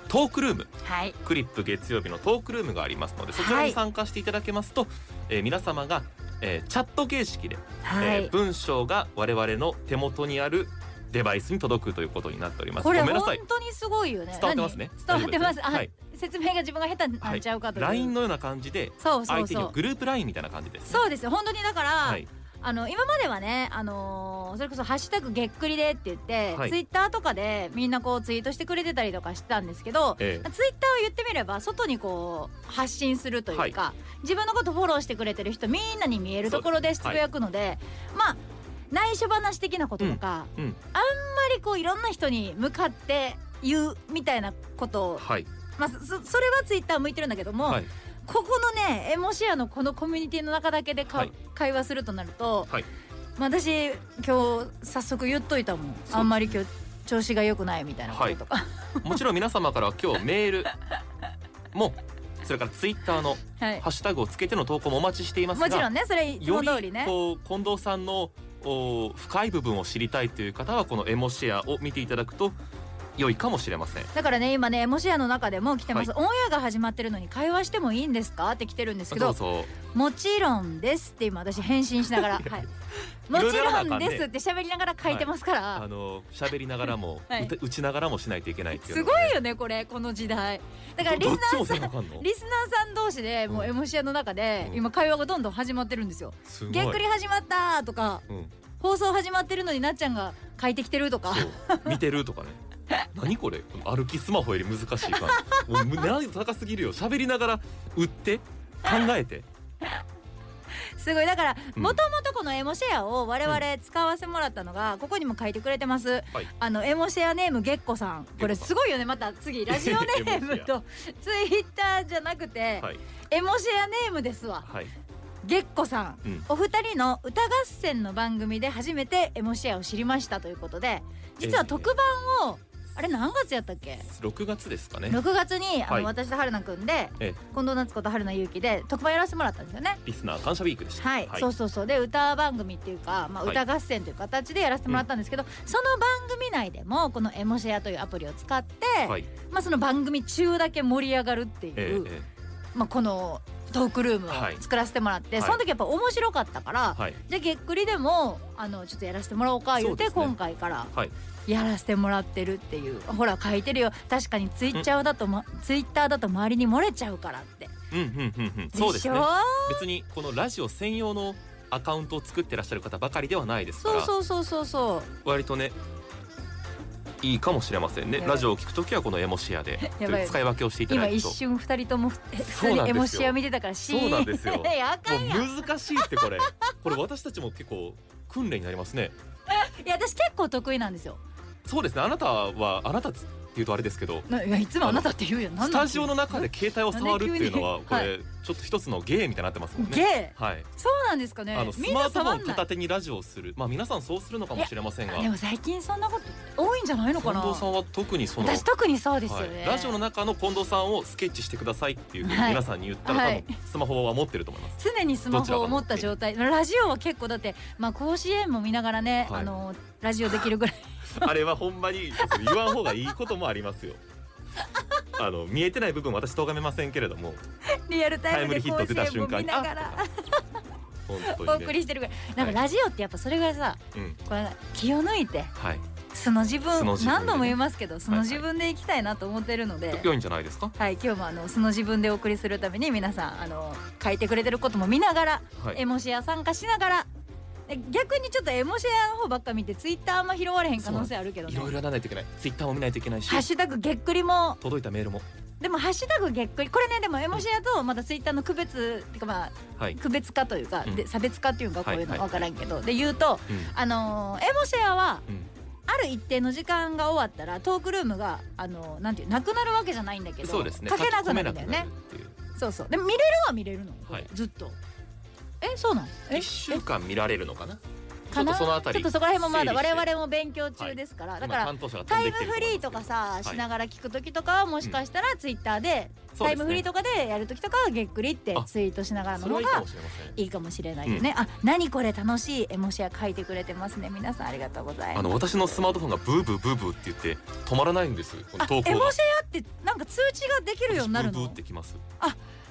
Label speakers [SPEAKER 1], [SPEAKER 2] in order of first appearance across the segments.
[SPEAKER 1] トークルーム
[SPEAKER 2] はい
[SPEAKER 1] クリップ月曜日のトークルームがありますのでそちら
[SPEAKER 2] は
[SPEAKER 1] に
[SPEAKER 2] い
[SPEAKER 1] 参加していただけますと、えー皆様が、えーチャット形式で
[SPEAKER 2] は
[SPEAKER 1] え
[SPEAKER 2] い
[SPEAKER 1] ー、文章が我々の手元にあるデバイスに届くということになっております。
[SPEAKER 2] これ
[SPEAKER 1] ごめんな
[SPEAKER 2] 本
[SPEAKER 1] さい。
[SPEAKER 2] 当にすごいよね
[SPEAKER 1] 伝わってますね
[SPEAKER 2] 何伝わってます
[SPEAKER 1] 大丈夫ですね
[SPEAKER 2] あ、
[SPEAKER 1] はい
[SPEAKER 2] 説明が自分が下手になっちゃうかという、
[SPEAKER 1] LINE のような感じで
[SPEAKER 2] そうそう
[SPEAKER 1] 相手
[SPEAKER 2] そ
[SPEAKER 1] に
[SPEAKER 2] う
[SPEAKER 1] グループ LINE みたいな感じです。
[SPEAKER 2] そうですよ本当にだから、
[SPEAKER 1] はい。
[SPEAKER 2] あの今まではねあのーそれこそ「ハッシュタグげっくりで」って言って、
[SPEAKER 1] はい
[SPEAKER 2] ツイッターとかでみんなこうツイートしてくれてたりとかしてたんですけど、
[SPEAKER 1] ええ
[SPEAKER 2] ツイッターを言ってみれば外にこう発信するというか、自分のことフォローしてくれてる人みんなに見えるところでつぶやくので、まあ内緒話的なこととか、
[SPEAKER 1] うんうん
[SPEAKER 2] あんまりこういろんな人に向かって言うみたいなことを、
[SPEAKER 1] はい。
[SPEAKER 2] まあ、そそれはツイッター向いてるんだけども、
[SPEAKER 1] はい。
[SPEAKER 2] ここのねエモシアのこのコミュニティの中だけでか、
[SPEAKER 1] はい
[SPEAKER 2] 会話するとなると、
[SPEAKER 1] はい
[SPEAKER 2] まあ、私今日早速言っといたもん
[SPEAKER 1] す
[SPEAKER 2] あんまり今日調子が良くないみたいなこととか、
[SPEAKER 1] もちろん皆様からは今日メールもそれからツイッターの
[SPEAKER 2] はい
[SPEAKER 1] ハッシュタグをつけての投稿もお待ちしていますが、
[SPEAKER 2] もちろんねそれいつ
[SPEAKER 1] よ
[SPEAKER 2] も通り
[SPEAKER 1] り
[SPEAKER 2] ね
[SPEAKER 1] こう近藤さんのお深い部分を知りたいという方はこのエモシェアを見ていただくと良いかもしれません。
[SPEAKER 2] だからね今ねエモシアの中でも来てます、オンエアが始まってるのに会話してもいいんですかって来てるんですけ
[SPEAKER 1] ど
[SPEAKER 2] ど
[SPEAKER 1] うぞ。
[SPEAKER 2] もちろんですって今私返信しなが ら、はい、も
[SPEAKER 1] ろい
[SPEAKER 2] ち
[SPEAKER 1] ろやらなあ
[SPEAKER 2] ろ
[SPEAKER 1] か
[SPEAKER 2] ん
[SPEAKER 1] んね
[SPEAKER 2] ですって喋りながら書いてますから、
[SPEAKER 1] あの喋りながらも、
[SPEAKER 2] はい
[SPEAKER 1] 打ちながらもしないといけないっていう
[SPEAKER 2] す
[SPEAKER 1] の
[SPEAKER 2] ご
[SPEAKER 1] がね
[SPEAKER 2] いよねこれこの時代だからリスナー
[SPEAKER 1] どどっちもせなあかんの
[SPEAKER 2] リスナーさん同士でもう
[SPEAKER 1] うん
[SPEAKER 2] エモシアの中で
[SPEAKER 1] うん
[SPEAKER 2] 今会話がどんどん始まってるんですよ。
[SPEAKER 1] すごい
[SPEAKER 2] げっくり始まったとか
[SPEAKER 1] うん
[SPEAKER 2] 放送始まってるのになっちゃんが書いてきてるとか
[SPEAKER 1] そう見てるとかね 何これこの歩きスマホより難しい感じもう難易度高すぎるよ喋りながら売って考えて
[SPEAKER 2] すごいだから
[SPEAKER 1] うん
[SPEAKER 2] もともとこのエモシェアを我々使わせてもらったのがここにも書いてくれてます
[SPEAKER 1] はい
[SPEAKER 2] あのエモシェアネームげっこさんこれ
[SPEAKER 1] げっこさん
[SPEAKER 2] すごいよねまた次ラジオネー
[SPEAKER 1] エモシ
[SPEAKER 2] ム
[SPEAKER 1] ェア
[SPEAKER 2] とツイッターじゃなくて
[SPEAKER 1] はい
[SPEAKER 2] エモシェアネームですわ
[SPEAKER 1] はい
[SPEAKER 2] げっこさん
[SPEAKER 1] うん
[SPEAKER 2] お二人の歌合戦の番組で初めてエモシェアを知りましたということで実は特番を、あれ何月やったっけ
[SPEAKER 1] 6月ですかね
[SPEAKER 2] 6月にあの、
[SPEAKER 1] はい
[SPEAKER 2] 私と春菜くんで
[SPEAKER 1] ええ
[SPEAKER 2] 近藤夏子と春菜ゆうきで特番やらせてもらったんですよね。
[SPEAKER 1] リスナー感謝ウィークでした
[SPEAKER 2] はい、そうそうそうで歌番組っていうか、まあ、
[SPEAKER 1] はい
[SPEAKER 2] 歌合戦という形でやらせてもらったんですけど、その番組内でもこの「エモシェア」というアプリを使って、
[SPEAKER 1] はい
[SPEAKER 2] まあ、その番組中だけ盛り上がるっていう、
[SPEAKER 1] ええええ
[SPEAKER 2] まあ、このトークルームを
[SPEAKER 1] はい
[SPEAKER 2] 作らせてもらって、
[SPEAKER 1] はい
[SPEAKER 2] その時やっぱ面白かったから、
[SPEAKER 1] はい
[SPEAKER 2] じゃあげっくりでもあのちょっとやらせてもらおうか言って、
[SPEAKER 1] そうですね
[SPEAKER 2] 今回から
[SPEAKER 1] はい
[SPEAKER 2] やらせてもらってるっていうほら書いてるよ確かにツイッターだと、ま、ツイッターだと周りに漏れちゃうからって
[SPEAKER 1] うんうんうんうんそうで
[SPEAKER 2] ですしょ
[SPEAKER 1] ね別にこのラジオ専用のアカウントを作ってらっしゃる方ばかりではないですか
[SPEAKER 2] そう
[SPEAKER 1] ら
[SPEAKER 2] そうそうそうそう
[SPEAKER 1] 割とねいいかもしれません
[SPEAKER 2] や
[SPEAKER 1] ね
[SPEAKER 2] ばい
[SPEAKER 1] ラジオを聞くときはこのエモシアで と
[SPEAKER 2] やばい
[SPEAKER 1] いう使い分けをしていた
[SPEAKER 2] 今
[SPEAKER 1] だく
[SPEAKER 2] 一
[SPEAKER 1] と
[SPEAKER 2] 瞬二人と も
[SPEAKER 1] そう
[SPEAKER 2] 二
[SPEAKER 1] なんですよ
[SPEAKER 2] 人エモシア見てたからシーン
[SPEAKER 1] そうなんで すよ
[SPEAKER 2] いやあかんやんい
[SPEAKER 1] もう難しいってこれこれ私たちも結構訓練になりますね
[SPEAKER 2] や私結構得意なんですよ
[SPEAKER 1] そうですねあなたはあなたつっていうとあれですけど
[SPEAKER 2] ないやいつもあなたって言うやんなん
[SPEAKER 1] ス
[SPEAKER 2] なん
[SPEAKER 1] タジオの中で携帯を触るっていうのはこ
[SPEAKER 2] なんで
[SPEAKER 1] れちょっと一つの芸みたいになってますもんね
[SPEAKER 2] ゲ
[SPEAKER 1] はい
[SPEAKER 2] ーそうなんですかね
[SPEAKER 1] あのス
[SPEAKER 2] みん
[SPEAKER 1] マ
[SPEAKER 2] な
[SPEAKER 1] ートフ
[SPEAKER 2] 触
[SPEAKER 1] ォン
[SPEAKER 2] んない
[SPEAKER 1] 片手にラジオをするまあ皆さんそうするのかもしれませんが
[SPEAKER 2] でも最近そんなこと多いんじゃないのか
[SPEAKER 1] 近
[SPEAKER 2] な
[SPEAKER 1] 藤さんは特にその
[SPEAKER 2] 私特にそうですよね、
[SPEAKER 1] はい、ラジオの中の近藤さんをスケッチしてくださいっていうふうに
[SPEAKER 2] はい
[SPEAKER 1] 皆さんに言ったら、
[SPEAKER 2] はい
[SPEAKER 1] 多分スマホは持ってると思 います。
[SPEAKER 2] 常にスマホを持った状態ラジオは結構だって、まあ、甲子園も見ながらね、
[SPEAKER 1] はい
[SPEAKER 2] あのラジオできるぐらい
[SPEAKER 1] あれはほんまにそう言わん方がいいこともありますよ。あの見えてない部分私とがめませんけれども
[SPEAKER 2] リアルタ
[SPEAKER 1] タ
[SPEAKER 2] イ
[SPEAKER 1] イ
[SPEAKER 2] ム
[SPEAKER 1] ム
[SPEAKER 2] で
[SPEAKER 1] リーヒッ
[SPEAKER 2] 甲
[SPEAKER 1] ト出た
[SPEAKER 2] 子園
[SPEAKER 1] 瞬
[SPEAKER 2] も
[SPEAKER 1] 間
[SPEAKER 2] 見
[SPEAKER 1] に
[SPEAKER 2] な
[SPEAKER 1] あ
[SPEAKER 2] がら
[SPEAKER 1] とか
[SPEAKER 2] お
[SPEAKER 1] 本当
[SPEAKER 2] 送
[SPEAKER 1] にね、
[SPEAKER 2] りしてるぐらいなん
[SPEAKER 1] はい
[SPEAKER 2] かラジオってやっぱそれぐらいさ
[SPEAKER 1] うん、
[SPEAKER 2] これ気を抜いて
[SPEAKER 1] はい
[SPEAKER 2] 素の自分
[SPEAKER 1] 素の自分でね
[SPEAKER 2] 何度も言いますけど素の
[SPEAKER 1] はいはい
[SPEAKER 2] 自分でいきたいなと思ってるので。
[SPEAKER 1] 良いんじゃないですか。
[SPEAKER 2] はい、今日もあの素の自分でお送りするために皆さんあの書いてくれてることも見ながら、
[SPEAKER 1] はい
[SPEAKER 2] エモシア参加しながらえ逆にちょっとエモシアの方ばっか見てツイッターあんま拾われへん可能性あるけどね
[SPEAKER 1] いろいろやらないといけない。ツイッターも見ないといけないし
[SPEAKER 2] ハッ、シュタグげっくりも
[SPEAKER 1] 届いたメールも
[SPEAKER 2] でもハッシュタグげっくりこれねでもエモシアとまたツイッターの区別っていうかまあ
[SPEAKER 1] はい。
[SPEAKER 2] 区別化というか、
[SPEAKER 1] うん
[SPEAKER 2] で差別化っていうかこういうの
[SPEAKER 1] は
[SPEAKER 2] 分
[SPEAKER 1] いはい
[SPEAKER 2] からんけど、で言うと
[SPEAKER 1] うん
[SPEAKER 2] あのーエモシェアは
[SPEAKER 1] うん
[SPEAKER 2] ある一定の時間が終わったらトークルームがあのーなんていうなくなるわけじゃないんだけど
[SPEAKER 1] そうですね。
[SPEAKER 2] かけなくなるんだ
[SPEAKER 1] 書き
[SPEAKER 2] よ
[SPEAKER 1] 込めな
[SPEAKER 2] ね
[SPEAKER 1] くなるっていう
[SPEAKER 2] そうそうでも見れるは見れるの、
[SPEAKER 1] はい
[SPEAKER 2] ずっとえそうなんえ
[SPEAKER 1] 一週間見られるのかな。
[SPEAKER 2] え
[SPEAKER 1] ちょっとそのあた
[SPEAKER 2] ち
[SPEAKER 1] り
[SPEAKER 2] ょっとそこら辺もまだ
[SPEAKER 1] 整理して
[SPEAKER 2] 我々も勉強中ですから、だから
[SPEAKER 1] 今担当者が飛
[SPEAKER 2] タ
[SPEAKER 1] ん
[SPEAKER 2] イ
[SPEAKER 1] で
[SPEAKER 2] ム
[SPEAKER 1] きてる
[SPEAKER 2] フリーとかさ、しながら聞く時とかはもしかしたらツイッターで、タイムフリー
[SPEAKER 1] と
[SPEAKER 2] とかでやる時とかはげっくりって
[SPEAKER 1] あ
[SPEAKER 2] ツイートしながらの
[SPEAKER 1] それ
[SPEAKER 2] 方
[SPEAKER 1] はいいか
[SPEAKER 2] が
[SPEAKER 1] もしれませ
[SPEAKER 2] い
[SPEAKER 1] ん。
[SPEAKER 2] いかもしれないよね、あ何これ楽しい絵文字や書いてくれてますね皆さんありがとうござい
[SPEAKER 1] あ
[SPEAKER 2] ます
[SPEAKER 1] の私のスマートフォンがブーブーブーブーって言って止まらないんです。この投
[SPEAKER 2] エ
[SPEAKER 1] 稿が
[SPEAKER 2] モシェアってなんか通知ができるようになる
[SPEAKER 1] ブー
[SPEAKER 2] の
[SPEAKER 1] ブーってきます。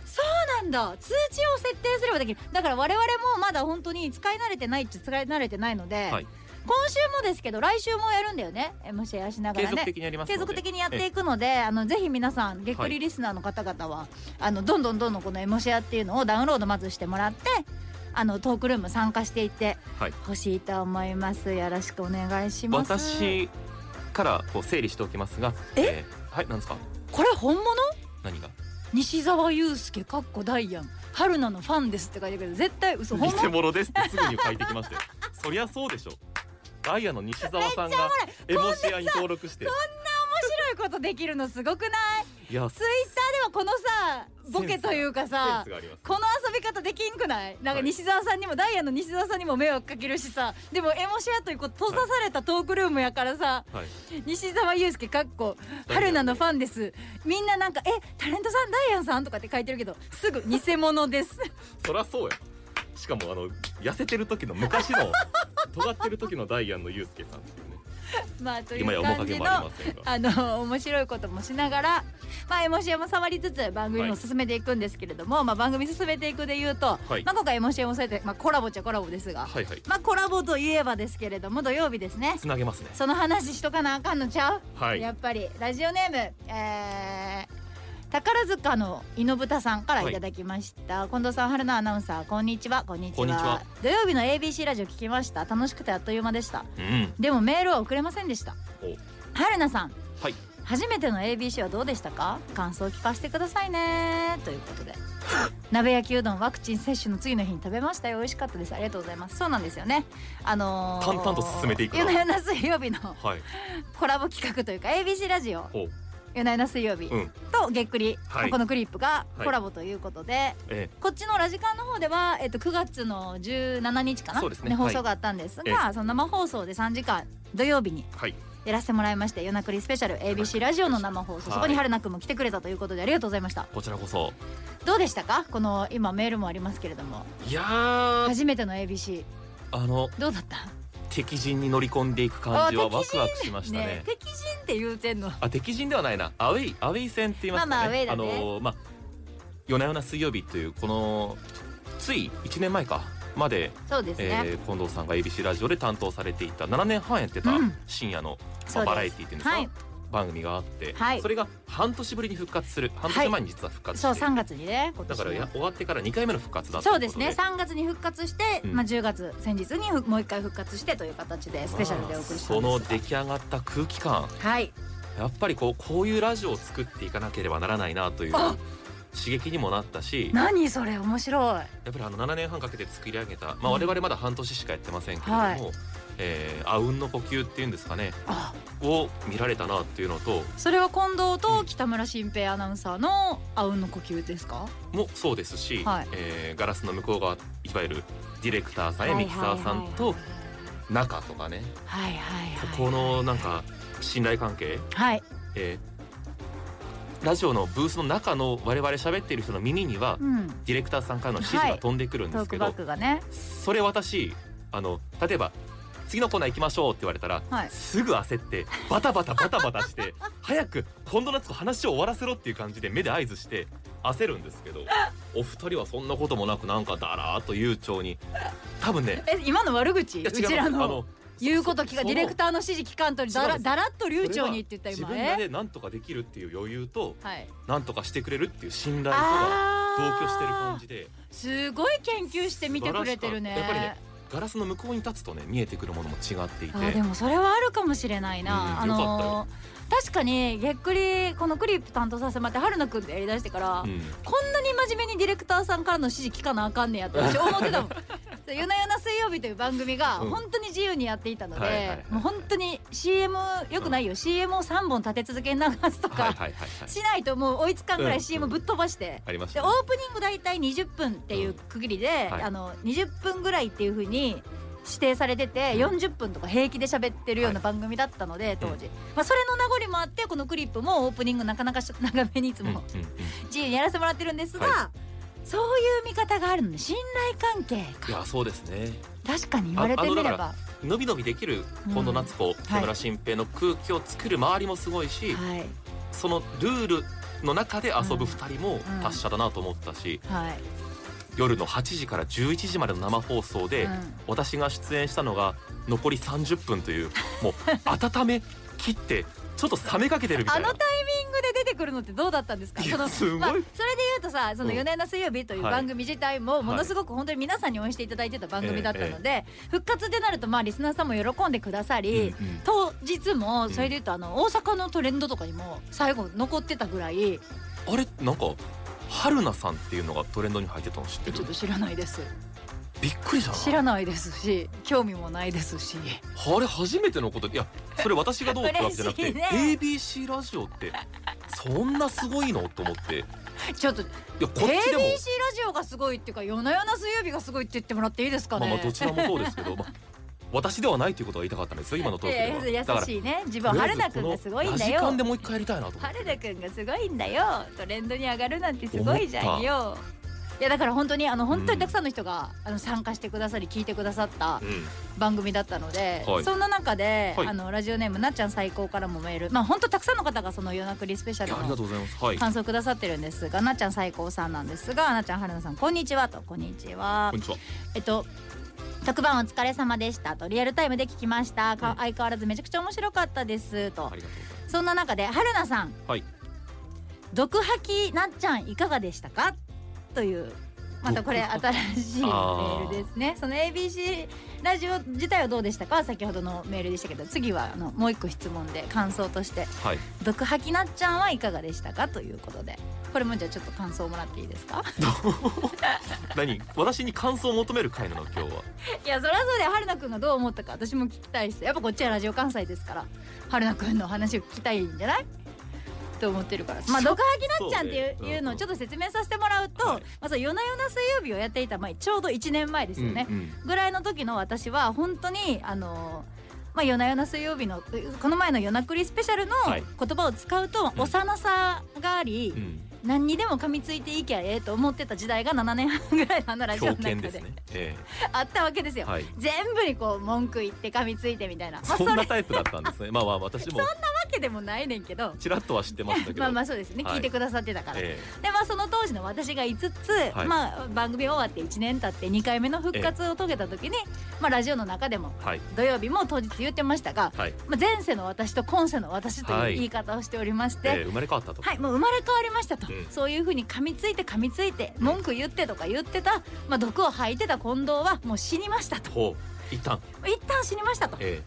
[SPEAKER 2] そうなんだ通知を設定すればできるだから我々もまだ本当に使い慣れてないっちゃ使い慣れてないので、
[SPEAKER 1] はい
[SPEAKER 2] 今週もですけど来週もやるんだよねエモシェアしなが
[SPEAKER 1] 継
[SPEAKER 2] ら
[SPEAKER 1] 続
[SPEAKER 2] ね
[SPEAKER 1] 的にやりますの
[SPEAKER 2] 継
[SPEAKER 1] で。
[SPEAKER 2] 続的にやっていくので、あのぜひ皆さんげっくりリスナーの方々は、あのどんどんどんどんこのエモシェアっていうのをダウンロードまずしてもらってあのトークルーム参加していって
[SPEAKER 1] はい
[SPEAKER 2] ほしいと思いますよろしくお願いします
[SPEAKER 1] 私からこう整理しておきますが、
[SPEAKER 2] え
[SPEAKER 1] ーはいなんですか
[SPEAKER 2] これ本物
[SPEAKER 1] 何が
[SPEAKER 2] 西澤祐介かっこダイアン春菜のファンですって書いてあるけど絶対嘘本
[SPEAKER 1] 偽
[SPEAKER 2] 物
[SPEAKER 1] 物ですってすぐに書いて きましたよ。そりゃそうでしょ。ダイヤの西澤さ んがエモシアに登録して、
[SPEAKER 2] 面白いことできるのすごくない
[SPEAKER 1] いや
[SPEAKER 2] ツイッターでもこのさボケというか
[SPEAKER 1] セン
[SPEAKER 2] さ
[SPEAKER 1] スがあります。
[SPEAKER 2] この遊び方できんくないなんか
[SPEAKER 1] はい
[SPEAKER 2] 西澤さんにも、ダイヤの西澤さんにも迷惑かけるしさでもエモシェアというこう閉ざされたトークルームやからさ、
[SPEAKER 1] はい
[SPEAKER 2] 西澤祐介かっこ春菜のファンですみんななんか「えタレントさんダイアンさん?」とかって書いてるけどすぐ偽物です
[SPEAKER 1] そりゃそうや。しかもあの痩せてる時の昔 の尖ってる時のダイヤンのユウスケさんっていうね。
[SPEAKER 2] まあとい
[SPEAKER 1] 今や
[SPEAKER 2] う
[SPEAKER 1] 面
[SPEAKER 2] 感じ
[SPEAKER 1] 影
[SPEAKER 2] の
[SPEAKER 1] もありませんが。
[SPEAKER 2] あの面白いこともしながら、まあ、エモシエも触りつつ番組
[SPEAKER 1] は
[SPEAKER 2] も
[SPEAKER 1] い
[SPEAKER 2] 進めていくんですけれども、まあ、番組進めていくで言うと、
[SPEAKER 1] はい
[SPEAKER 2] まあ、今回エモシエもそうやって、まあ、コラボっちゃコラボですが、
[SPEAKER 1] はいはい。
[SPEAKER 2] まあ、コラボといえばですけれども土曜日ですね
[SPEAKER 1] つなげますね。
[SPEAKER 2] その話しとかなあかんのちゃう、
[SPEAKER 1] はい。
[SPEAKER 2] やっぱりラジオネーム、えー宝塚の井の豚さんからいただきました、近藤さん春菜アナウンサーこんにちはこんにちは
[SPEAKER 1] こんにちは
[SPEAKER 2] 土曜日の ABC ラジオ聞きました楽しくてあっという間でした
[SPEAKER 1] うん。
[SPEAKER 2] でもメールは送れませんでした
[SPEAKER 1] お
[SPEAKER 2] 春菜さん
[SPEAKER 1] はい。
[SPEAKER 2] 初めての ABC はどうでしたか感想を聞かせてくださいねということで鍋焼きうどんワクチン接種の次の日に食べましたよ美味しかったですありがとうございますそうなんですよねあのー、
[SPEAKER 1] 淡々と進めていくな
[SPEAKER 2] 夜な夜な水曜日の
[SPEAKER 1] はい。
[SPEAKER 2] コラボ企画というか ABC ラジオ
[SPEAKER 1] ほう。
[SPEAKER 2] 夜な夜な水曜日、
[SPEAKER 1] うん
[SPEAKER 2] とげっくり、
[SPEAKER 1] はい
[SPEAKER 2] このクリップが
[SPEAKER 1] はい
[SPEAKER 2] コラボということで、
[SPEAKER 1] え
[SPEAKER 2] こっちのラジカンの方では、えっと、9月の17日かな
[SPEAKER 1] そうですね
[SPEAKER 2] 放送があったんですが、
[SPEAKER 1] は
[SPEAKER 2] その生放送で3時間土曜日に
[SPEAKER 1] え。はい。
[SPEAKER 2] やらせてもらいまして夜なくりスペシャル ABC ラジオの生放送、
[SPEAKER 1] はい
[SPEAKER 2] そこに春菜くんも来てくれたということでありがとうございました
[SPEAKER 1] こちらこそ。
[SPEAKER 2] どうでしたかこの今メールもありますけれども
[SPEAKER 1] いやー
[SPEAKER 2] 初めての ABC
[SPEAKER 1] あの
[SPEAKER 2] どうだった
[SPEAKER 1] 敵陣に乗り込んでいく感じはワクワクしましたね。
[SPEAKER 2] ねえ敵陣って言うてんの
[SPEAKER 1] あ敵陣ではないなアウェイアウェイ戦って言いますかね。
[SPEAKER 2] まあまあアウェイだね
[SPEAKER 1] あのーまあ夜な夜な水曜日というこのつい1年前かまで、
[SPEAKER 2] そうですね、
[SPEAKER 1] えー近藤さんが ABC ラジオで担当されていた7年半やってた
[SPEAKER 2] うん
[SPEAKER 1] 深夜の、ま
[SPEAKER 2] そ
[SPEAKER 1] あ
[SPEAKER 2] うです
[SPEAKER 1] バラエティーっていうんですか、
[SPEAKER 2] はい
[SPEAKER 1] 番組があって、
[SPEAKER 2] はい
[SPEAKER 1] それが半年ぶりに復活する半年前に実は復活して、
[SPEAKER 2] そう3月にね今
[SPEAKER 1] だ
[SPEAKER 2] 年
[SPEAKER 1] からや
[SPEAKER 2] の
[SPEAKER 1] 終わってから2回目の復活だった
[SPEAKER 2] そうですね3月に復活して、
[SPEAKER 1] うん
[SPEAKER 2] まあ、10月先日にふもう一回復活してという形でスペシャルでお送りしたんですが、
[SPEAKER 1] その出来上がった空気感
[SPEAKER 2] はい
[SPEAKER 1] やっぱりこうこういうラジオを作っていかなければならないなという
[SPEAKER 2] あ
[SPEAKER 1] 刺激にもなったしや
[SPEAKER 2] 何それ面白い
[SPEAKER 1] っぱりあの7年半かけて作り上げた、ま
[SPEAKER 2] うん
[SPEAKER 1] あ、我々まだ半年しかやってませんけれども、
[SPEAKER 2] はい
[SPEAKER 1] えーあうんの呼吸っていうんですかね
[SPEAKER 2] あ
[SPEAKER 1] を見られたなっていうのと
[SPEAKER 2] それは近藤と北村新平アナウンサーのあうんの呼吸ですか
[SPEAKER 1] もそうですし、
[SPEAKER 2] はい
[SPEAKER 1] えーガラスの向こう側いわゆるディレクターさんやミキサーさんと中とかね
[SPEAKER 2] はいはいはい
[SPEAKER 1] ここのなんか信頼関係
[SPEAKER 2] はい
[SPEAKER 1] えーラジオのブースの中の我々喋っている人の耳には、
[SPEAKER 2] うん
[SPEAKER 1] ディレクターさんからの指示が飛んでくるんで
[SPEAKER 2] トー
[SPEAKER 1] す
[SPEAKER 2] ク
[SPEAKER 1] けど、
[SPEAKER 2] バックがね
[SPEAKER 1] それ私あの例えば次のコーナー行きましょうって言われたら、
[SPEAKER 2] はい
[SPEAKER 1] すぐ焦ってバタバタバタバタして早く近藤夏子話を終わらせろっていう感じで目で合図して焦るんですけどお二人はそんなこともなくなんかだらーっと悠長に多分ね
[SPEAKER 2] え今の悪口
[SPEAKER 1] いうや違う
[SPEAKER 2] ちら
[SPEAKER 1] あ
[SPEAKER 2] の言うこと聞か
[SPEAKER 1] そ
[SPEAKER 2] ディレクターの指示聞かんとだ
[SPEAKER 1] 違う
[SPEAKER 2] ら
[SPEAKER 1] んです
[SPEAKER 2] だらっと流
[SPEAKER 1] それ
[SPEAKER 2] 暢
[SPEAKER 1] は
[SPEAKER 2] にって言った今
[SPEAKER 1] 自分ら
[SPEAKER 2] え
[SPEAKER 1] で何とかできるっていう余裕と
[SPEAKER 2] はい
[SPEAKER 1] 何とかしてくれるっていう信頼とが
[SPEAKER 2] あ
[SPEAKER 1] 同
[SPEAKER 2] ー
[SPEAKER 1] 居してる感じです
[SPEAKER 2] ごい研究して見てくれてるね
[SPEAKER 1] 素晴らしかったやっぱガラスの向こうに立つとね見えてくるものも違っていて
[SPEAKER 2] あーでもそれはあるかもしれないな、
[SPEAKER 1] うん
[SPEAKER 2] あ
[SPEAKER 1] よかった
[SPEAKER 2] のー確かにげっくりこのクリップ担当させてもらって春菜くんでやりだしてから、こ
[SPEAKER 1] うん
[SPEAKER 2] んなに真面目にディレクターさんからの指示聞かなあかんねやって 私思ってたもん。そう夜な夜な水曜日という番組が
[SPEAKER 1] うん
[SPEAKER 2] 本当に自由にやっていたの
[SPEAKER 1] はいはいはい
[SPEAKER 2] で
[SPEAKER 1] はい
[SPEAKER 2] もう本当に CM よくないよ、CM を3本立て続けに流すとか、
[SPEAKER 1] はいはいはいはい
[SPEAKER 2] しないともう追いつかんぐら
[SPEAKER 1] う
[SPEAKER 2] い
[SPEAKER 1] ん
[SPEAKER 2] CM ぶっ飛ばして、
[SPEAKER 1] ありまし
[SPEAKER 2] で
[SPEAKER 1] た
[SPEAKER 2] オ
[SPEAKER 1] ね
[SPEAKER 2] ープニング大体20分っていう区切りで、
[SPEAKER 1] うんはい
[SPEAKER 2] あの20分ぐらいっていうふうに指定されてて、
[SPEAKER 1] うん
[SPEAKER 2] 40分とか平気で喋ってるような番組だったので、当時、まあ、それの名残もあってこのクリップもオープニングなかなかし 長めにいつ
[SPEAKER 1] うんうん
[SPEAKER 2] も
[SPEAKER 1] うん
[SPEAKER 2] 自由にやらせてもらってるんですが、
[SPEAKER 1] は
[SPEAKER 2] そういう見方があるのね信頼関係
[SPEAKER 1] いや
[SPEAKER 2] か
[SPEAKER 1] そうですね
[SPEAKER 2] 確かに言われてみれ
[SPEAKER 1] ああのだ
[SPEAKER 2] ば
[SPEAKER 1] か
[SPEAKER 2] は
[SPEAKER 1] のびのびできる近藤夏子木村新平の空気を作る周りもすごいし
[SPEAKER 2] い
[SPEAKER 1] そのルールの中で遊ぶ2人も達者だなと思ったし
[SPEAKER 2] はい、
[SPEAKER 1] 夜の8時から11時までの生放送で
[SPEAKER 2] うん
[SPEAKER 1] 私が出演したのが残り30分という もう温め切ってちょっと冷めかけてるみた
[SPEAKER 2] あ
[SPEAKER 1] いな
[SPEAKER 2] のタイミングで出てくるのってどうだったんですか
[SPEAKER 1] い
[SPEAKER 2] そ
[SPEAKER 1] や
[SPEAKER 2] の
[SPEAKER 1] すごい
[SPEAKER 2] まあ、それで言うとさ「その
[SPEAKER 1] うん
[SPEAKER 2] 夜な夜な水曜日」という
[SPEAKER 1] はい
[SPEAKER 2] 番組自体も
[SPEAKER 1] い
[SPEAKER 2] ものすごく本当に皆さんに応援していただいてた番組だったので、復活でなるとまあリスナーさんも喜んでくださ
[SPEAKER 1] うん
[SPEAKER 2] り、
[SPEAKER 1] うん
[SPEAKER 2] 当日もそれで言うとあの大阪のトレンドとかにも最後残ってたぐらい
[SPEAKER 1] あれなんか春菜さんっていうのがトレンドに入ってたの知って
[SPEAKER 2] えちょ
[SPEAKER 1] る
[SPEAKER 2] っと知らないです
[SPEAKER 1] びっくりじゃない
[SPEAKER 2] 知らないですし興味もないですし
[SPEAKER 1] あれ初めてのこといやそれ私がどうってわけじゃなく て、
[SPEAKER 2] 嬉しいね
[SPEAKER 1] ABC ラジオってそんなすごいのと思っていや
[SPEAKER 2] ちょっと
[SPEAKER 1] こっち
[SPEAKER 2] ABC ラ
[SPEAKER 1] でも、
[SPEAKER 2] ジオがすごいっていうか夜な夜な水曜日がすごいって言ってもらっていいですか
[SPEAKER 1] まあ
[SPEAKER 2] ね。
[SPEAKER 1] まあどちらもそうですけど、まあ、私ではないということが言いたかったんですよ今のトーク
[SPEAKER 2] い
[SPEAKER 1] で
[SPEAKER 2] や
[SPEAKER 1] はだから
[SPEAKER 2] 優しいね自分
[SPEAKER 1] とりあえ
[SPEAKER 2] 春
[SPEAKER 1] ず
[SPEAKER 2] 菜くんがすごいんだ
[SPEAKER 1] このラジカン
[SPEAKER 2] よ
[SPEAKER 1] でもう一回やりたいなと思っ
[SPEAKER 2] 春
[SPEAKER 1] て
[SPEAKER 2] 田くんがすごいんだよトレンドに上がるなんてすごいじゃんよいやだから本当にあの本当にたくさんの人が、あの参加してくださり聞いてくださった
[SPEAKER 1] う
[SPEAKER 2] 番組だったので、
[SPEAKER 1] はい
[SPEAKER 2] そんな中で、
[SPEAKER 1] はい
[SPEAKER 2] あのラジオネームなっちゃん最高からもメールまあ本当たくさんの方がその夜なくりスペシャ
[SPEAKER 1] んいやあり
[SPEAKER 2] ル
[SPEAKER 1] が
[SPEAKER 2] の
[SPEAKER 1] とうございますはいこ
[SPEAKER 2] 感想くださってるんですがなっちゃん最高さんなんですがなっちゃん春菜さんこんにちはとこんにちは
[SPEAKER 1] んにちは
[SPEAKER 2] えっと特番お疲れ様でしたとリアルタイムで聞きました、か
[SPEAKER 1] うん
[SPEAKER 2] 相変わらずめちゃくちゃ面白かったですと、
[SPEAKER 1] ありがとうござい
[SPEAKER 2] そんな中で春菜さん、
[SPEAKER 1] はい
[SPEAKER 2] 毒吐きなっちゃんいかがでしたかというまたこれ
[SPEAKER 1] 毒
[SPEAKER 2] 新しいメールですねその ABC ラジオ自体はどうでしたかは先ほどのメールでしたけど次はあのもう一個質問で感想として
[SPEAKER 1] ますはい
[SPEAKER 2] 毒吐きなっちゃんはいかがでしたかということでこれもじゃあちょっと感想をもらっていいですか
[SPEAKER 1] 何私に感想を求める回なの今日はい
[SPEAKER 2] やそりゃそうで春菜くんがどう思ったか私も聞きたいですやっぱこっちはラジオ関西ですから春菜くんの話を聞きたいんじゃないと思ってるからまあ毒吐きなっちゃんっていう,、
[SPEAKER 1] そうねうん
[SPEAKER 2] いうのをちょっと説明させてもらうと、
[SPEAKER 1] はい
[SPEAKER 2] まあ、そう夜な夜な水曜日をやっていた前ちょうど1年前ですよね、
[SPEAKER 1] うんうん
[SPEAKER 2] ぐらいの時の私は本当にあのまあ、夜な夜な水曜日のこの前の「夜なくりスペシャル」の
[SPEAKER 1] はい
[SPEAKER 2] 言葉を使うと
[SPEAKER 1] うん
[SPEAKER 2] 幼さがあり、
[SPEAKER 1] うん
[SPEAKER 2] 何にでも噛みついていきゃええと思ってた時代が7年半ぐらいのあのラジオの
[SPEAKER 1] 狂
[SPEAKER 2] 中
[SPEAKER 1] 犬
[SPEAKER 2] で
[SPEAKER 1] ですね、え
[SPEAKER 2] あったわけです
[SPEAKER 1] え
[SPEAKER 2] よ。
[SPEAKER 1] はい
[SPEAKER 2] 全部にこう文句言って噛みついてみたいな、まあ、それ
[SPEAKER 1] そん
[SPEAKER 2] わ
[SPEAKER 1] なタイプだったんですね。まあまあ私も
[SPEAKER 2] けでもないねんけど
[SPEAKER 1] ちらっとは知ってましたけど
[SPEAKER 2] まあまあそうですね、
[SPEAKER 1] はい
[SPEAKER 2] 聞いてくださってたから、
[SPEAKER 1] え
[SPEAKER 2] でまあその当時の私が5つ、
[SPEAKER 1] はい
[SPEAKER 2] まあ、番組終わって1年経って2回目の復活を遂げた時に、まあ、ラジオの中でも
[SPEAKER 1] えはい
[SPEAKER 2] 土曜日も当日言ってましたが、
[SPEAKER 1] はい、
[SPEAKER 2] まあ、前世の私と今世の私と
[SPEAKER 1] は
[SPEAKER 2] いう
[SPEAKER 1] い
[SPEAKER 2] 言い方をしておりまし
[SPEAKER 1] え
[SPEAKER 2] て、
[SPEAKER 1] え生まれ変わったと、
[SPEAKER 2] はい、もう生まれ変わりましたと、
[SPEAKER 1] うん
[SPEAKER 2] そういうふうに噛みついて噛みついて文句言ってとか言ってた、まあ、毒を吐いてた近藤はもう死にましたと
[SPEAKER 1] ほう一旦
[SPEAKER 2] 一旦死にましたと
[SPEAKER 1] え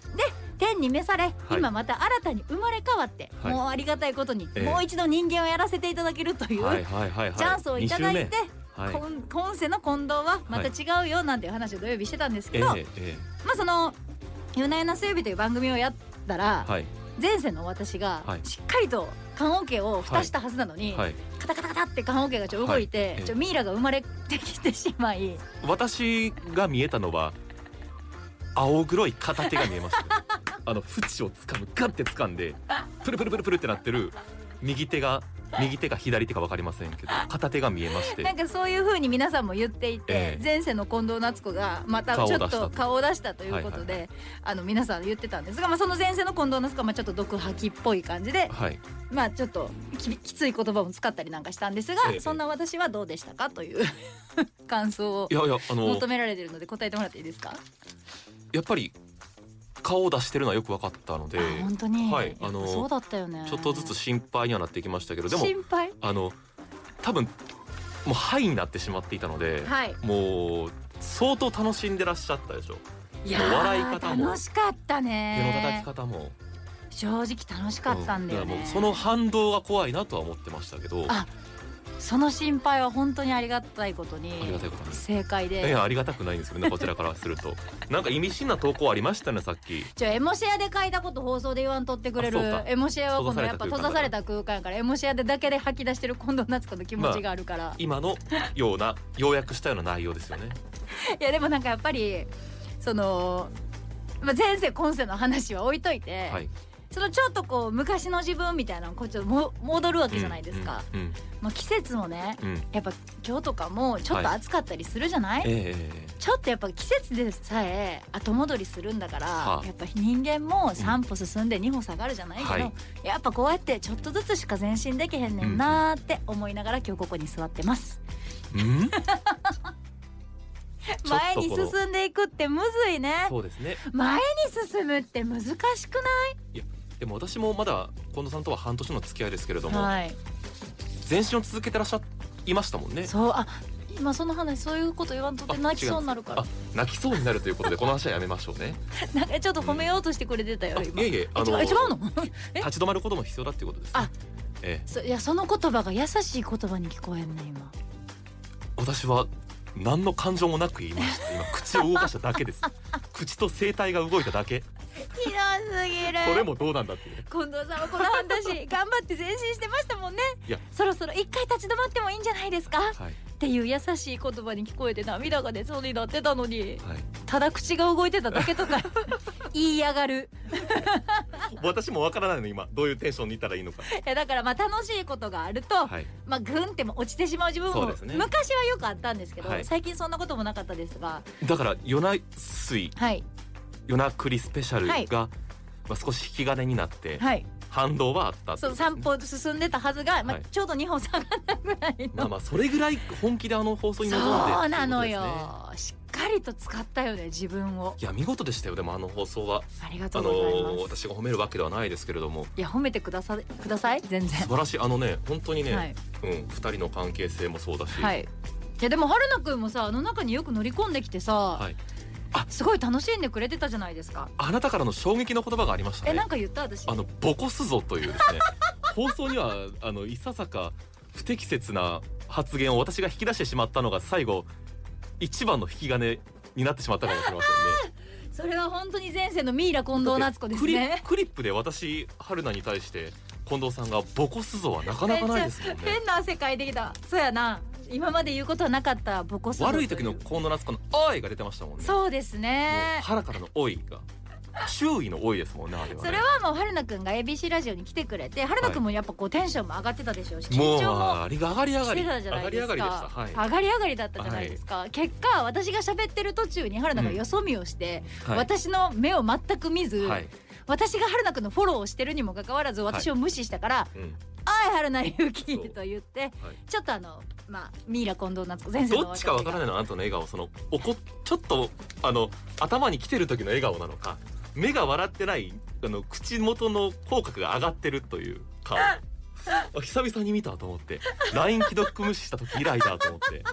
[SPEAKER 2] 天に召され、
[SPEAKER 1] い
[SPEAKER 2] 今また新たに生まれ変わって、
[SPEAKER 1] はい
[SPEAKER 2] もうありがたいことに、
[SPEAKER 1] ええ
[SPEAKER 2] もう一度人間をやらせていただけるとい
[SPEAKER 1] え
[SPEAKER 2] う、
[SPEAKER 1] はいはいはいはい
[SPEAKER 2] チャンスをいただい
[SPEAKER 1] 二
[SPEAKER 2] て、
[SPEAKER 1] 周目はい
[SPEAKER 2] こん今世の近藤はまた違うよなんていう話を土曜日してたんです
[SPEAKER 1] え
[SPEAKER 2] け
[SPEAKER 1] え
[SPEAKER 2] ど、
[SPEAKER 1] ええ
[SPEAKER 2] まあその「夜な夜な水曜日」という番組をやったら、
[SPEAKER 1] はい
[SPEAKER 2] 前世の私が
[SPEAKER 1] はい
[SPEAKER 2] しっかりと棺桶を蓋したはずなのに、
[SPEAKER 1] はい
[SPEAKER 2] カタカタカタって棺桶がちょっと動いて、
[SPEAKER 1] はい
[SPEAKER 2] ちょミイラが生まれてきてしまい
[SPEAKER 1] 私が見えたのは青黒い片手が見えました あの縁を掴むガッて掴んでプルプルプルプルってなってる右手が右手か左手か分かりませんけど片手が見えまして
[SPEAKER 2] なんかそういう風に皆さんも言っていて、
[SPEAKER 1] ええ
[SPEAKER 2] 前世の近藤夏子がまたちょっと顔を出したということ
[SPEAKER 1] はいはいは
[SPEAKER 2] であの皆さん言ってたんですが、まあ、その前世の近藤夏子はまあちょっと毒吐きっぽい感じで、
[SPEAKER 1] はい
[SPEAKER 2] まあ、ちょっとききつい言葉も使ったりなんかしたんですが、
[SPEAKER 1] ええ
[SPEAKER 2] そんな私はどうでしたかという 感想を
[SPEAKER 1] いやいやあの
[SPEAKER 2] 求められてるので答えてもらっていいですか、
[SPEAKER 1] やっぱり顔を出してるのはよく分かったので
[SPEAKER 2] あ本当に、
[SPEAKER 1] はい
[SPEAKER 2] やっぱ
[SPEAKER 1] あの
[SPEAKER 2] そうだったよね
[SPEAKER 1] ちょっとずつ心配にはなってきましたけどでも
[SPEAKER 2] 心配
[SPEAKER 1] あの多分もうはいになってしまっていたので、
[SPEAKER 2] はい
[SPEAKER 1] もう相当楽しんでらっしゃったでしょ
[SPEAKER 2] いや
[SPEAKER 1] もう笑い
[SPEAKER 2] ー
[SPEAKER 1] 方も
[SPEAKER 2] 楽しかった
[SPEAKER 1] 手の叩
[SPEAKER 2] ね
[SPEAKER 1] き方も
[SPEAKER 2] 正直楽しかったんだよ
[SPEAKER 1] う
[SPEAKER 2] ね、
[SPEAKER 1] からもうその反動が怖いなとは思ってましたけど
[SPEAKER 2] あその心配は本当にありがたいことに
[SPEAKER 1] ありがたいことに
[SPEAKER 2] 正解
[SPEAKER 1] い
[SPEAKER 2] で
[SPEAKER 1] やありがたくないんですけどねこちらからすると なんか意味深な投稿ありましたねさっき
[SPEAKER 2] ちょエモシェアで書いたこと放送で言わんとってくれる
[SPEAKER 1] あそうか
[SPEAKER 2] エモシェアは今度やっぱ閉
[SPEAKER 1] 閉
[SPEAKER 2] ざ
[SPEAKER 1] ざ
[SPEAKER 2] さ
[SPEAKER 1] さ
[SPEAKER 2] れ
[SPEAKER 1] れ
[SPEAKER 2] た空間やからエモシェアでだけで吐き出してる近藤夏子の気持ちがあるから、
[SPEAKER 1] 今のような要約したような内容ですよね
[SPEAKER 2] いやでもなんかやっぱりその、まあ、前世今世の話は置いといて、
[SPEAKER 1] はい
[SPEAKER 2] そのちょっとこう昔の自分みたいなのこうちょっとも戻るわけじゃないですか、
[SPEAKER 1] うん
[SPEAKER 2] もう季節もね
[SPEAKER 1] うんうんうん
[SPEAKER 2] やっぱ今日とかもちょっと暑かったりするじゃない、
[SPEAKER 1] ええええええ
[SPEAKER 2] ちょっとやっぱ季節でさえ後戻りするんだから、
[SPEAKER 1] はあ
[SPEAKER 2] やっぱ人間も3歩進んで2歩下がるじゃないけど、
[SPEAKER 1] はい
[SPEAKER 2] やっぱこうやってちょっとずつしか前進できへんねんなーって思いながら今日ここに座ってます、
[SPEAKER 1] うんとこの
[SPEAKER 2] 前に進んでいくってむずいね
[SPEAKER 1] そうですね
[SPEAKER 2] 前に進むって難しく
[SPEAKER 1] でも私もまだ近藤さんとは半年の付き合いですけれど
[SPEAKER 2] ない、
[SPEAKER 1] も、
[SPEAKER 2] はい、
[SPEAKER 1] 前進を続けてらっしゃいましたもんね
[SPEAKER 2] そうあ今その話そういうこと言わんとって
[SPEAKER 1] あ
[SPEAKER 2] 泣きそうになるから
[SPEAKER 1] あ泣きそうになるということでこの話はやめましょうね
[SPEAKER 2] なんかちょっと褒めようとしてくれてたよ
[SPEAKER 1] あい
[SPEAKER 2] 今
[SPEAKER 1] えいえあ
[SPEAKER 2] え違うえ違うの え
[SPEAKER 1] 立ち止まることも必要だっていうことです、ね、
[SPEAKER 2] あ
[SPEAKER 1] ええ
[SPEAKER 2] そいやその言葉が優しい言葉に聞こえんね 今
[SPEAKER 1] 私は何の感情もなく言いました今口を動かしただ けです口と声帯が動いただけ
[SPEAKER 2] ひどすぎる
[SPEAKER 1] それもどうなんだっていう
[SPEAKER 2] 近藤さんはこの半年頑張って前進してましたもんね
[SPEAKER 1] いや
[SPEAKER 2] そろそろ一回立ち止まってもいいんじゃないですかっ
[SPEAKER 1] はい
[SPEAKER 2] ていう優しい言葉に聞こえて涙が出そうになってたのに
[SPEAKER 1] はい
[SPEAKER 2] ただ口が動いてただけ とか言いやがる
[SPEAKER 1] 私もわからないの今どういうテンションにいたらいいのか
[SPEAKER 2] いやだからまあ楽しいことがあると、
[SPEAKER 1] はい
[SPEAKER 2] まあグンっても落ちてしまう自分も、
[SPEAKER 1] そうですね
[SPEAKER 2] 昔はよくあったんですけど、
[SPEAKER 1] はい
[SPEAKER 2] 最近そんなこともなかったですが
[SPEAKER 1] だから夜な水
[SPEAKER 2] はい
[SPEAKER 1] 夜なくりスペシャルが、
[SPEAKER 2] はい
[SPEAKER 1] まあ、少し引き金になって
[SPEAKER 2] はい
[SPEAKER 1] 反動はあったって
[SPEAKER 2] そ
[SPEAKER 1] こと
[SPEAKER 2] う
[SPEAKER 1] ですね
[SPEAKER 2] 3歩進んでたはずが、まあ
[SPEAKER 1] はい
[SPEAKER 2] ちょうど2歩下がったぐらいの、
[SPEAKER 1] まあまあそれぐらい本気であの放送に臨んで
[SPEAKER 2] そうなの
[SPEAKER 1] っていうことですね
[SPEAKER 2] よ、しっかりと使ったよね自分を
[SPEAKER 1] いや見事でしたよでもあの放送は
[SPEAKER 2] ありがと
[SPEAKER 1] あ
[SPEAKER 2] う
[SPEAKER 1] の
[SPEAKER 2] ございます、
[SPEAKER 1] ー私が褒めるわけではないですけれども
[SPEAKER 2] いや褒めてくださください全然
[SPEAKER 1] 素晴らしいあのね本当にね、
[SPEAKER 2] はい
[SPEAKER 1] うん二人の関係性もそうだし、
[SPEAKER 2] はいいやでも春菜くんもさあの中によく乗り込んできてさ、
[SPEAKER 1] はい
[SPEAKER 2] すごい楽しんでくれてたじゃないですか、
[SPEAKER 1] あなたからの衝撃の言葉がありました
[SPEAKER 2] えなん
[SPEAKER 1] ね。
[SPEAKER 2] か言った私
[SPEAKER 1] あのボコすぞというです ね放送にはあのいささか不適切な発言を私が引き出してしまったのが最後一番の引き金になってしまったかもしれませ んね。
[SPEAKER 2] それは本当に前世のミイラ近藤夏子です
[SPEAKER 1] だって
[SPEAKER 2] ね
[SPEAKER 1] クリクリップで私春菜に対して近藤さんがボコすぞはなかなかないですもんね。
[SPEAKER 2] 変な汗かいてきたそうやな今まで言うことはなかったボコス
[SPEAKER 1] 悪い時の近藤夏子の「おい!」が出てましたもんね。もう
[SPEAKER 2] そうですね
[SPEAKER 1] 腹からの「おい!」が注意の「おい!」ですもんねあれは
[SPEAKER 2] そ
[SPEAKER 1] ね
[SPEAKER 2] れ。はもう春菜くんが ABC ラジオに来てくれて春菜くんもやっぱこうテンションも上がってたでしょうし緊
[SPEAKER 1] もう
[SPEAKER 2] 張も
[SPEAKER 1] ありが上がり上
[SPEAKER 2] し
[SPEAKER 1] がり
[SPEAKER 2] て
[SPEAKER 1] 上
[SPEAKER 2] たじゃな
[SPEAKER 1] が
[SPEAKER 2] い
[SPEAKER 1] り
[SPEAKER 2] で
[SPEAKER 1] 上
[SPEAKER 2] すか
[SPEAKER 1] がりでした。はい。
[SPEAKER 2] 上がり上がりだったじゃないですか、結果私が喋ってる途中に春菜がよそ見をして、
[SPEAKER 1] はい
[SPEAKER 2] 私の目を全く見ず、
[SPEAKER 1] はい
[SPEAKER 2] 私が春菜くんのフォローをしてるにもかかわらず私を無視したから
[SPEAKER 1] うん
[SPEAKER 2] 「あい春菜ゆき」
[SPEAKER 1] そう
[SPEAKER 2] と言って
[SPEAKER 1] はい
[SPEAKER 2] ちょっとあのまあミイラ近藤夏子先生の
[SPEAKER 1] どっちかわからないのあなたの笑顔そのおこちょっとあの頭に来てる時の笑顔なのか目が笑ってないあの口元の口角が上がってるという顔あ久々に見たと思って LINE 既読無視した時以来だと思って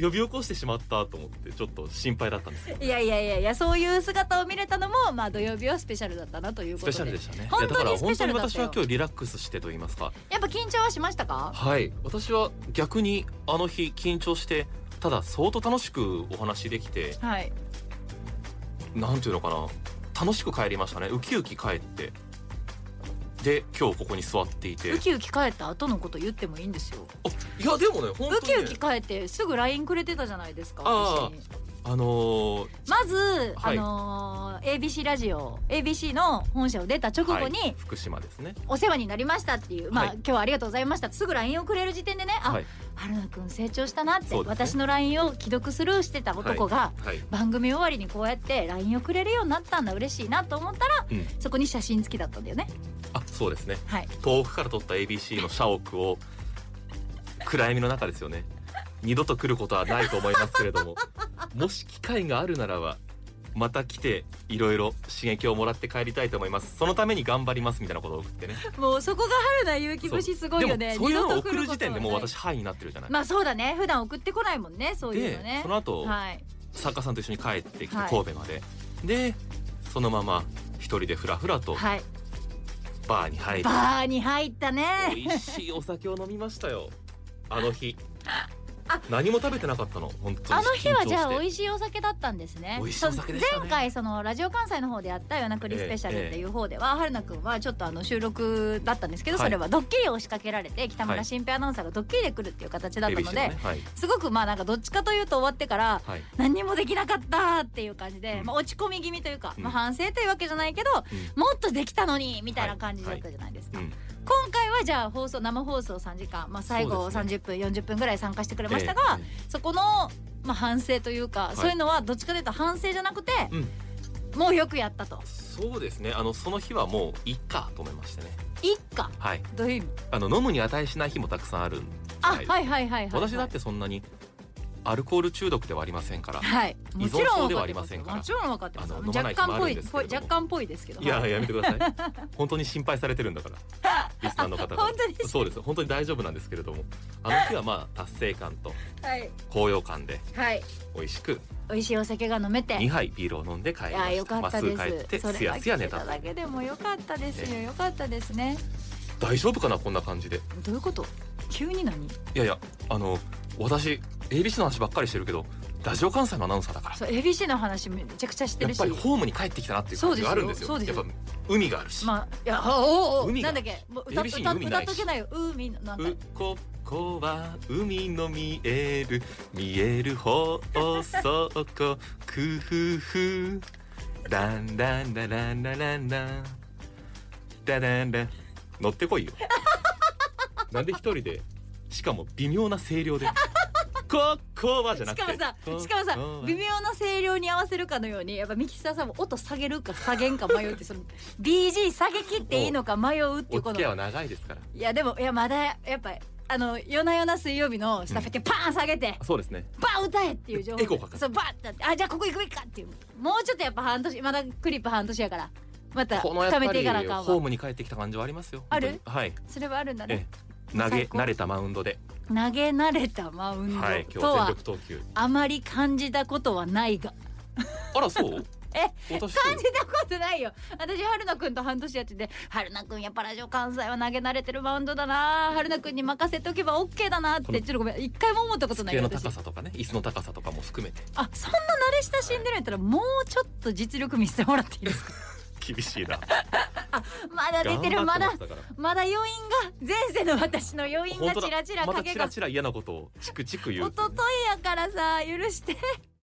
[SPEAKER 1] 呼び起こしてしまったと思ってちょっと心配だったんですけど
[SPEAKER 2] いやいやいやいやそういう姿を見れたのもまあ土曜日はスペシャルだったなという
[SPEAKER 1] ス
[SPEAKER 2] こと
[SPEAKER 1] ペ
[SPEAKER 2] で
[SPEAKER 1] シャルでしたねい
[SPEAKER 2] 本
[SPEAKER 1] やだか
[SPEAKER 2] 当
[SPEAKER 1] ら
[SPEAKER 2] にスペ
[SPEAKER 1] 本
[SPEAKER 2] シ
[SPEAKER 1] 当
[SPEAKER 2] ャ
[SPEAKER 1] に
[SPEAKER 2] ルだっ
[SPEAKER 1] 私
[SPEAKER 2] たよ
[SPEAKER 1] は今日リラックスしてと言いますか
[SPEAKER 2] やっぱ緊張はしましたか
[SPEAKER 1] はい私は逆にあの日緊張してただ相当楽しくお話できて
[SPEAKER 2] はい
[SPEAKER 1] なんていうのかな楽しく帰りましたねウキウキ帰ってで今日ここに座っていて
[SPEAKER 2] ウキウキ帰った後のこと言ってもいいんですよ
[SPEAKER 1] あいやでもね本当にね
[SPEAKER 2] ウキウキ帰ってすぐ LINE くれてたじゃないですか
[SPEAKER 1] ああ
[SPEAKER 2] 私に
[SPEAKER 1] あのー
[SPEAKER 2] まず、
[SPEAKER 1] はい
[SPEAKER 2] あのー ABC ラジオ ABC の本社を出た直後に、
[SPEAKER 1] はい、福島ですね
[SPEAKER 2] お世話になりましたっていう、まあ、
[SPEAKER 1] はい
[SPEAKER 2] 今日はありがとうございましたってすぐ LINE をくれる時点でね、
[SPEAKER 1] はい
[SPEAKER 2] あ春菜くん成長したなって、
[SPEAKER 1] そうですね
[SPEAKER 2] 私の LINE を既読スルーしてた男が、
[SPEAKER 1] はい
[SPEAKER 2] 番組終わりにこうやって LINE をくれるようになったんだ嬉しいなと思ったら、
[SPEAKER 1] うん
[SPEAKER 2] そこに写真付きだったんだよね
[SPEAKER 1] あそうですね
[SPEAKER 2] はい
[SPEAKER 1] 遠くから撮った ABC の社屋を暗闇の中ですよね二度と来ることはないと思いますけれどももし機会があるならばまた来ていろいろ刺激をもらって帰りたいと思いますそのために頑張りますみたいなことを送ってね
[SPEAKER 2] もうそこが春菜勇気節すごいよね
[SPEAKER 1] でもそういうのを
[SPEAKER 2] 二度と
[SPEAKER 1] 送
[SPEAKER 2] 来
[SPEAKER 1] る
[SPEAKER 2] こ
[SPEAKER 1] 時
[SPEAKER 2] とは
[SPEAKER 1] 点
[SPEAKER 2] な
[SPEAKER 1] で
[SPEAKER 2] い
[SPEAKER 1] もう私ハイになってるじゃない、
[SPEAKER 2] まあそうだね普段送ってこないもんねそういう
[SPEAKER 1] で
[SPEAKER 2] のね
[SPEAKER 1] その後、
[SPEAKER 2] はい
[SPEAKER 1] 作家さんと一緒に帰ってきて
[SPEAKER 2] はい
[SPEAKER 1] 神戸まで、でそのまま一人でふらふらと
[SPEAKER 2] はい
[SPEAKER 1] バーに入り、
[SPEAKER 2] バーに入ったね
[SPEAKER 1] 美味しいお酒を飲みましたよあの日何も食べてなかったの本当に
[SPEAKER 2] あの日はじゃあ
[SPEAKER 1] 緊張して
[SPEAKER 2] 美味しいお酒だったんですね。
[SPEAKER 1] 美味しいお酒でしたね
[SPEAKER 2] そう前回そのラジオ関西の方でやった夜なくりスペシャルっていう方では、春菜くんはちょっとあの収録だったんですけど、
[SPEAKER 1] はい
[SPEAKER 2] それはドッキリを仕掛けられて北
[SPEAKER 1] は
[SPEAKER 2] 村
[SPEAKER 1] い
[SPEAKER 2] 新平アナウンサーがドッキリで来るっていう形だったの
[SPEAKER 1] ABC
[SPEAKER 2] で、
[SPEAKER 1] ねはい、
[SPEAKER 2] すごくまあなんかどっちかというと終わってから。
[SPEAKER 1] はい
[SPEAKER 2] 何にもできなかったっていう感じで、
[SPEAKER 1] うん
[SPEAKER 2] まあ、落ち込み気味というか、
[SPEAKER 1] うん
[SPEAKER 2] まあ、反省というわけじゃないけど、
[SPEAKER 1] う
[SPEAKER 2] もっとできたのにみたいな感じだったじゃないですか、
[SPEAKER 1] うん
[SPEAKER 2] 今回はじゃあ放送生放送3時間、まあ、最後
[SPEAKER 1] そうで
[SPEAKER 2] 30分、40分ぐらい参加してくれましたが、
[SPEAKER 1] ええ
[SPEAKER 2] そこの、まあ、反省というか、
[SPEAKER 1] い
[SPEAKER 2] そういうのはどっちかというと反省じゃなくて、もうよくやったと。
[SPEAKER 1] そうですねあのその日はもういっかと思いましてね
[SPEAKER 2] いっか
[SPEAKER 1] はい
[SPEAKER 2] どういう意味
[SPEAKER 1] あの飲むに値しない日もたくさんあるん
[SPEAKER 2] あ、は、
[SPEAKER 1] はいい
[SPEAKER 2] はいはいはいはい
[SPEAKER 1] 私だってそんなにアルコール中毒ではありませんから
[SPEAKER 2] はいもちろん分かってま
[SPEAKER 1] 依存症ではありますせ
[SPEAKER 2] よ
[SPEAKER 1] んから
[SPEAKER 2] もちろん分かってます
[SPEAKER 1] あの飲まな
[SPEAKER 2] 若
[SPEAKER 1] い日
[SPEAKER 2] 干
[SPEAKER 1] もあ
[SPEAKER 2] ぽ
[SPEAKER 1] る
[SPEAKER 2] い
[SPEAKER 1] んですけ
[SPEAKER 2] ぽ
[SPEAKER 1] れ
[SPEAKER 2] い
[SPEAKER 1] ども
[SPEAKER 2] 若干ぽいですけど
[SPEAKER 1] いや
[SPEAKER 2] はい
[SPEAKER 1] やめてください。本当に心配されてるんだから。 リスナーの方が。
[SPEAKER 2] 本当に
[SPEAKER 1] そうです。本当に大丈夫なんですけれども、あの日はまあ達成感と
[SPEAKER 2] はい、
[SPEAKER 1] 高揚感で
[SPEAKER 2] はい、
[SPEAKER 1] 美味しく
[SPEAKER 2] 美味しいお酒が飲めて
[SPEAKER 1] 2杯ビールを飲んで帰
[SPEAKER 2] い
[SPEAKER 1] りま
[SPEAKER 2] や
[SPEAKER 1] し
[SPEAKER 2] よ
[SPEAKER 1] た。
[SPEAKER 2] か
[SPEAKER 1] ま
[SPEAKER 2] っ
[SPEAKER 1] っす
[SPEAKER 2] た
[SPEAKER 1] ぐ
[SPEAKER 2] で
[SPEAKER 1] 帰っ
[SPEAKER 2] す
[SPEAKER 1] て
[SPEAKER 2] それ
[SPEAKER 1] すや
[SPEAKER 2] は
[SPEAKER 1] すや
[SPEAKER 2] 聞
[SPEAKER 1] 寝
[SPEAKER 2] いた
[SPEAKER 1] た。
[SPEAKER 2] だけでもよかったですよよかったですね
[SPEAKER 1] 大丈夫かなこんな感じで。
[SPEAKER 2] どういうこと急に何
[SPEAKER 1] いやいやあの私 ABC の話ばっかりしてるけど、ラジオ関西のアナウンサーだから。
[SPEAKER 2] そう ABC の話めちゃくちゃして
[SPEAKER 1] や
[SPEAKER 2] る
[SPEAKER 1] っ
[SPEAKER 2] し
[SPEAKER 1] ぱりホームに帰ってきたなっていう感じがあるんです
[SPEAKER 2] そ
[SPEAKER 1] よ。
[SPEAKER 2] うですよ
[SPEAKER 1] やっ
[SPEAKER 2] そう
[SPEAKER 1] ぱ
[SPEAKER 2] で
[SPEAKER 1] 海があるし。
[SPEAKER 2] まあいやおうおうおう
[SPEAKER 1] 海が
[SPEAKER 2] なんだっけもう歌っ
[SPEAKER 1] ABC に
[SPEAKER 2] 歌っ
[SPEAKER 1] 海
[SPEAKER 2] 歌
[SPEAKER 1] な
[SPEAKER 2] っ
[SPEAKER 1] いし
[SPEAKER 2] とけないよ海のなんか
[SPEAKER 1] うここは海の見える見える放送庫くふふランランラランラランランラランラン乗ってこいよなんで一人でしかも微妙な声量で「ここは」じゃな
[SPEAKER 2] しか
[SPEAKER 1] くて
[SPEAKER 2] もさ
[SPEAKER 1] こ
[SPEAKER 2] しかもさ
[SPEAKER 1] こは
[SPEAKER 2] 微妙な声量に合わせるかのようにやっぱミキサーさんも音下げるか下げんか迷うってその BG 下げ切っていいのか迷うってい
[SPEAKER 1] お
[SPEAKER 2] うこ
[SPEAKER 1] 付
[SPEAKER 2] の
[SPEAKER 1] き合いは長いですから
[SPEAKER 2] いやでもいやまだやっぱあの夜な夜な水曜日のスタッフってパーン下げて、
[SPEAKER 1] そうですね
[SPEAKER 2] バーン歌えっていう情報
[SPEAKER 1] エコーかかる
[SPEAKER 2] そうバーンってなってあじゃあここ行くべきかっていうもうちょっとやっぱ半年まだクリップ半年やからまた
[SPEAKER 1] このやっ
[SPEAKER 2] 深め
[SPEAKER 1] ぱ
[SPEAKER 2] てい
[SPEAKER 1] り
[SPEAKER 2] かなあかん
[SPEAKER 1] ホー
[SPEAKER 2] わ
[SPEAKER 1] ムに帰ってきた感じはありますよ
[SPEAKER 2] ある
[SPEAKER 1] 本当にはい
[SPEAKER 2] それはあるんだね
[SPEAKER 1] ええ投げ
[SPEAKER 2] 最高
[SPEAKER 1] 慣れたマウンドで
[SPEAKER 2] 投げ慣れたマウン
[SPEAKER 1] はい
[SPEAKER 2] ドと
[SPEAKER 1] 今日は
[SPEAKER 2] は、
[SPEAKER 1] 全力投球
[SPEAKER 2] あまり感じたことはないが
[SPEAKER 1] あらそう
[SPEAKER 2] え
[SPEAKER 1] 私
[SPEAKER 2] 感じたことないよ私春菜くんと半年やってて春菜くんやっぱラジオ関西は投げ慣れてるマウンドだな春菜くんに任せておけば OK だなっ
[SPEAKER 1] こ
[SPEAKER 2] て
[SPEAKER 1] の
[SPEAKER 2] ちょっとごめん一回も思ったことない
[SPEAKER 1] 机
[SPEAKER 2] よ
[SPEAKER 1] の
[SPEAKER 2] 私
[SPEAKER 1] 高さとかね椅子の高さとかも含めて
[SPEAKER 2] あそんな慣れ親しんでるんやったらもうちょっと実力見せてもらっていいですか
[SPEAKER 1] 厳しいな
[SPEAKER 2] まだ出てる
[SPEAKER 1] 頑張
[SPEAKER 2] まだ
[SPEAKER 1] ってしたから
[SPEAKER 2] まだ余韻が前世の私の余韻
[SPEAKER 1] 本
[SPEAKER 2] が
[SPEAKER 1] 当だ
[SPEAKER 2] チラチラ
[SPEAKER 1] また
[SPEAKER 2] 影
[SPEAKER 1] チ
[SPEAKER 2] が
[SPEAKER 1] ラチラ嫌なことをチクチク言
[SPEAKER 2] 一
[SPEAKER 1] う
[SPEAKER 2] 昨日やからさ許して